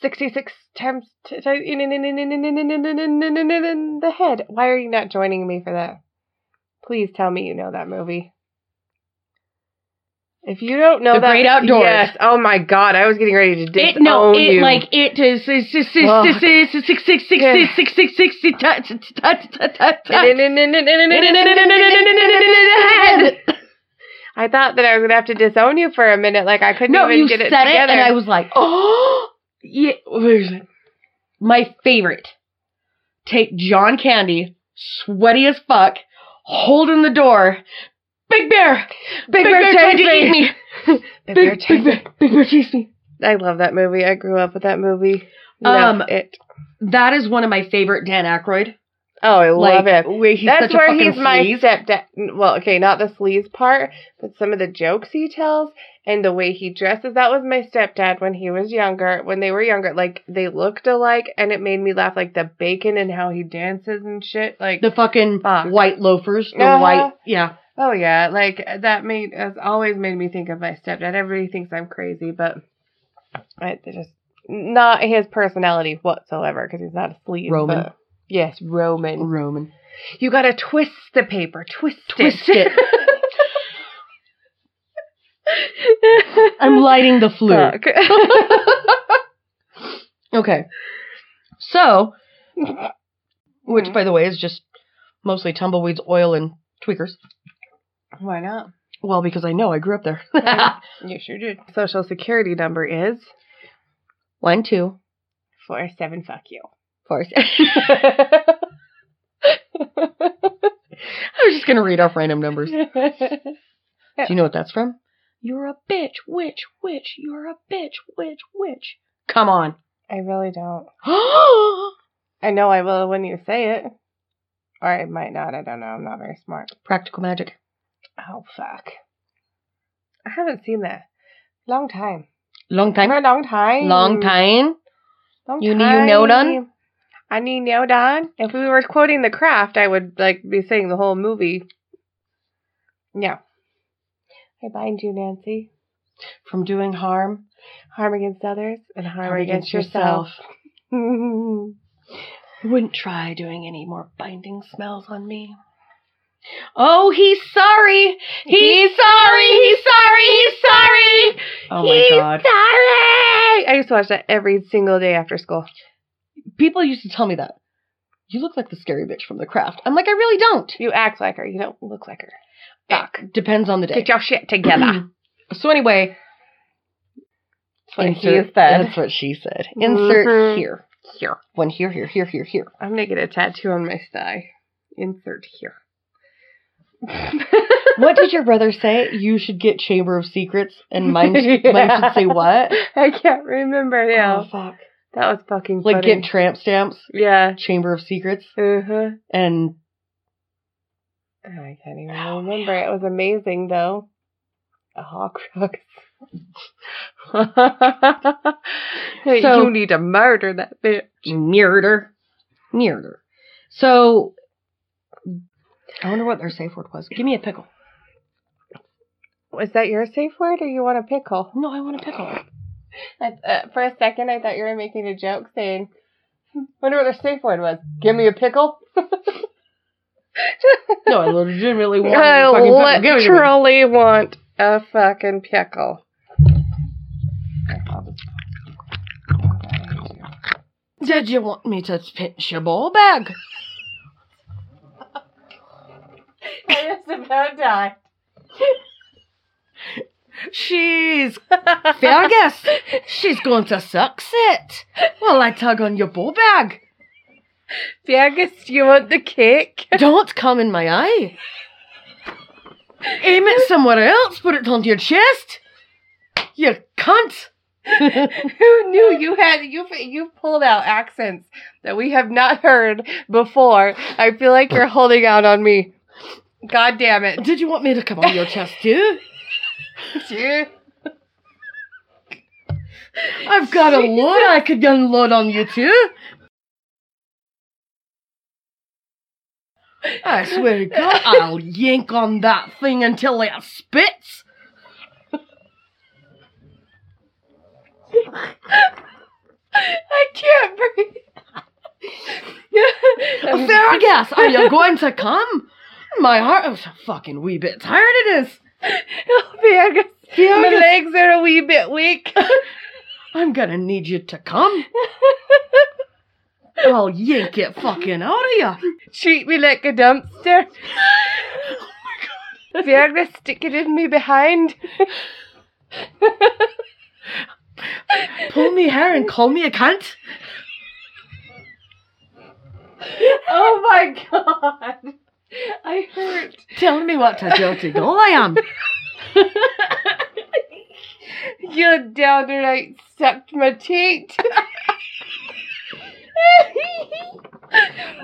Speaker 3: 66 times t- t- in- in- in- in- in- in- in- in- in- in- in- in- in- in the head. Why are you not joining me for that? Please tell me you know that movie. If you don't know
Speaker 2: The
Speaker 3: that,
Speaker 2: Great Outdoors.
Speaker 3: Yes. Oh my God, I was getting ready to disown
Speaker 2: it no, it
Speaker 3: you.
Speaker 2: like it is is- is- is-
Speaker 3: Ugh.
Speaker 2: is- is- is- six six six
Speaker 3: Yeah.
Speaker 2: six six six six six tut- tut- tut- tut- tut- tut.
Speaker 3: I thought that I was gonna have to disown you for a minute. Like I couldn't
Speaker 2: No,
Speaker 3: even
Speaker 2: you
Speaker 3: get
Speaker 2: said
Speaker 3: it
Speaker 2: it,
Speaker 3: together.
Speaker 2: and I was like, oh, yeah.
Speaker 3: was.
Speaker 2: my favorite. Take John Candy, sweaty as fuck, holding the door. Big Bear, Big, Bear, tried to eat me.
Speaker 3: Big Bear
Speaker 2: Big, Big
Speaker 3: Chase.
Speaker 2: Bear, Big Bear chased me.
Speaker 3: I love that movie. I grew up with that movie. Love
Speaker 2: Um,
Speaker 3: it.
Speaker 2: That is one of my favorite Dan Aykroyd.
Speaker 3: Oh, I love
Speaker 2: like,
Speaker 3: it.
Speaker 2: Where he's
Speaker 3: That's
Speaker 2: such a
Speaker 3: where
Speaker 2: fucking
Speaker 3: he's my
Speaker 2: sleaze.
Speaker 3: stepdad. Well, okay, not the sleaze part, but some of the jokes he tells and the way he dresses. That was my stepdad when he was younger. When they were younger, like they looked alike, and it made me laugh. Like the bacon and how he dances and shit. Like
Speaker 2: The fucking
Speaker 3: Fuck.
Speaker 2: white loafers. The
Speaker 3: Uh-huh.
Speaker 2: white, yeah.
Speaker 3: Oh yeah, like that made has always made me think of my stepdad. Everybody thinks I'm crazy, but I they're just not his personality whatsoever because he's not a sleaze.
Speaker 2: Roman.
Speaker 3: but- yes, Roman.
Speaker 2: Roman.
Speaker 3: You gotta twist the paper, twist,
Speaker 2: Twist
Speaker 3: it.
Speaker 2: I'm lighting the flu.
Speaker 3: Fuck.
Speaker 2: Okay. So, which by the way is just mostly tumbleweeds, oil, and tweakers.
Speaker 3: Why not?
Speaker 2: Well, because I know I grew up there.
Speaker 3: You sure did. Social security number is
Speaker 2: One, two,
Speaker 3: four seven. Fuck you.
Speaker 2: four. s- I was just gonna read off random numbers. Do you know what that's from? You're a bitch, witch, witch. You're a bitch, witch, witch. Come on.
Speaker 3: I really don't.
Speaker 2: Practical
Speaker 3: I know I will when you say it. Or I might not. I don't know. I'm not very smart.
Speaker 2: magic.
Speaker 3: Oh, fuck. I haven't seen that. Long time.
Speaker 2: Long time.
Speaker 3: For a long time.
Speaker 2: Long time.
Speaker 3: Long
Speaker 2: You need- you know done?
Speaker 3: time. I need no done. If we were quoting The Craft, I would like be saying the whole movie. Yeah. I bind you, Nancy.
Speaker 2: From doing harm,
Speaker 3: Harm against others and harm,
Speaker 2: harm
Speaker 3: against, yourself.
Speaker 2: You wouldn't try doing any more binding smells on me. Oh, he's sorry. He's, sorry. He's sorry. He's sorry.
Speaker 3: oh
Speaker 2: He's
Speaker 3: Sorry. I used to watch that every single day after school.
Speaker 2: People used to tell me that. You look like the scary bitch from The Craft. I'm like, I really don't.
Speaker 3: You act like her. You don't look like her. Eh,
Speaker 2: Fuck. depends on the day.
Speaker 3: Get your shit together.
Speaker 2: so anyway,
Speaker 3: That's what he
Speaker 2: insert-
Speaker 3: said.
Speaker 2: That's what she said. Insert
Speaker 3: Mhm.
Speaker 2: here.
Speaker 3: Here.
Speaker 2: One here, here, here, here, here.
Speaker 3: I'm gonna get a tattoo on my thigh. Insert here.
Speaker 2: what did your brother say? You should get Chamber of Secrets, and mine, mine should say what?
Speaker 3: I can't remember now.
Speaker 2: Oh fuck!
Speaker 3: that was fucking
Speaker 2: Like
Speaker 3: funny.
Speaker 2: get tramp stamps,
Speaker 3: yeah.
Speaker 2: Chamber of Secrets,
Speaker 3: Uh huh.
Speaker 2: and
Speaker 3: I can't even remember. It was amazing though. A hawk rocks.
Speaker 2: So-
Speaker 3: you need to murder that bitch.
Speaker 2: Murder. Murder. So, I wonder what their safe word was. Give me a pickle.
Speaker 3: Was that your safe word, or you want a pickle?
Speaker 2: No, I want a pickle.
Speaker 3: I, uh, for a second, I thought you were making a joke saying, Wonder what their safe word was. Give me a pickle.
Speaker 2: No, I legitimately want
Speaker 3: I
Speaker 2: a fucking pickle. Give me one.
Speaker 3: literally want a fucking pickle.
Speaker 2: Did you want me to pinch your ball bag?
Speaker 3: I just about died.
Speaker 2: She's Fergus. She's going to suck it while I tug on your ball bag.
Speaker 3: Fergus, you want the cake?
Speaker 2: Don't come in my eye. Aim it somewhere else. Put it onto your chest. You cunt.
Speaker 3: Who knew you had you you pulled out accents that we have not heard before? I feel like you're holding out on me. God damn it.
Speaker 2: Did you want me to come on your chest too?
Speaker 3: Dude.
Speaker 2: I've got a load I could unload on you too. I swear to God, I'll yank on that thing until it spits.
Speaker 3: I can't breathe.
Speaker 2: Asparagus, are you going to come? My heart is a fucking wee bit tired of this.
Speaker 3: Oh, Fergus. My
Speaker 2: Fergus,
Speaker 3: legs are a wee bit weak.
Speaker 2: I'm gonna need you to come. I'll yank it fucking out of you.
Speaker 3: Treat me like a dumpster. Oh Fergus, stick it in me behind.
Speaker 2: Pull me hair and call me a cunt.
Speaker 3: Oh my god. I hurt.
Speaker 2: Telling me what a dirty girl I am.
Speaker 3: You downright sucked my teat.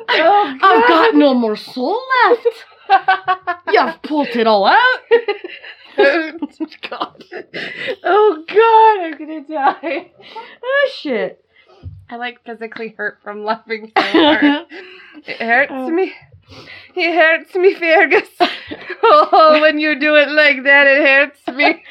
Speaker 3: oh,
Speaker 2: I've got no more soul left. You've pulled it all out.
Speaker 3: God. Oh god, I'm gonna die.
Speaker 2: Oh shit.
Speaker 3: I like physically hurt from laughing so hard. It hurts me. It hurts me, Fergus. Oh, when you do it like that, it hurts me.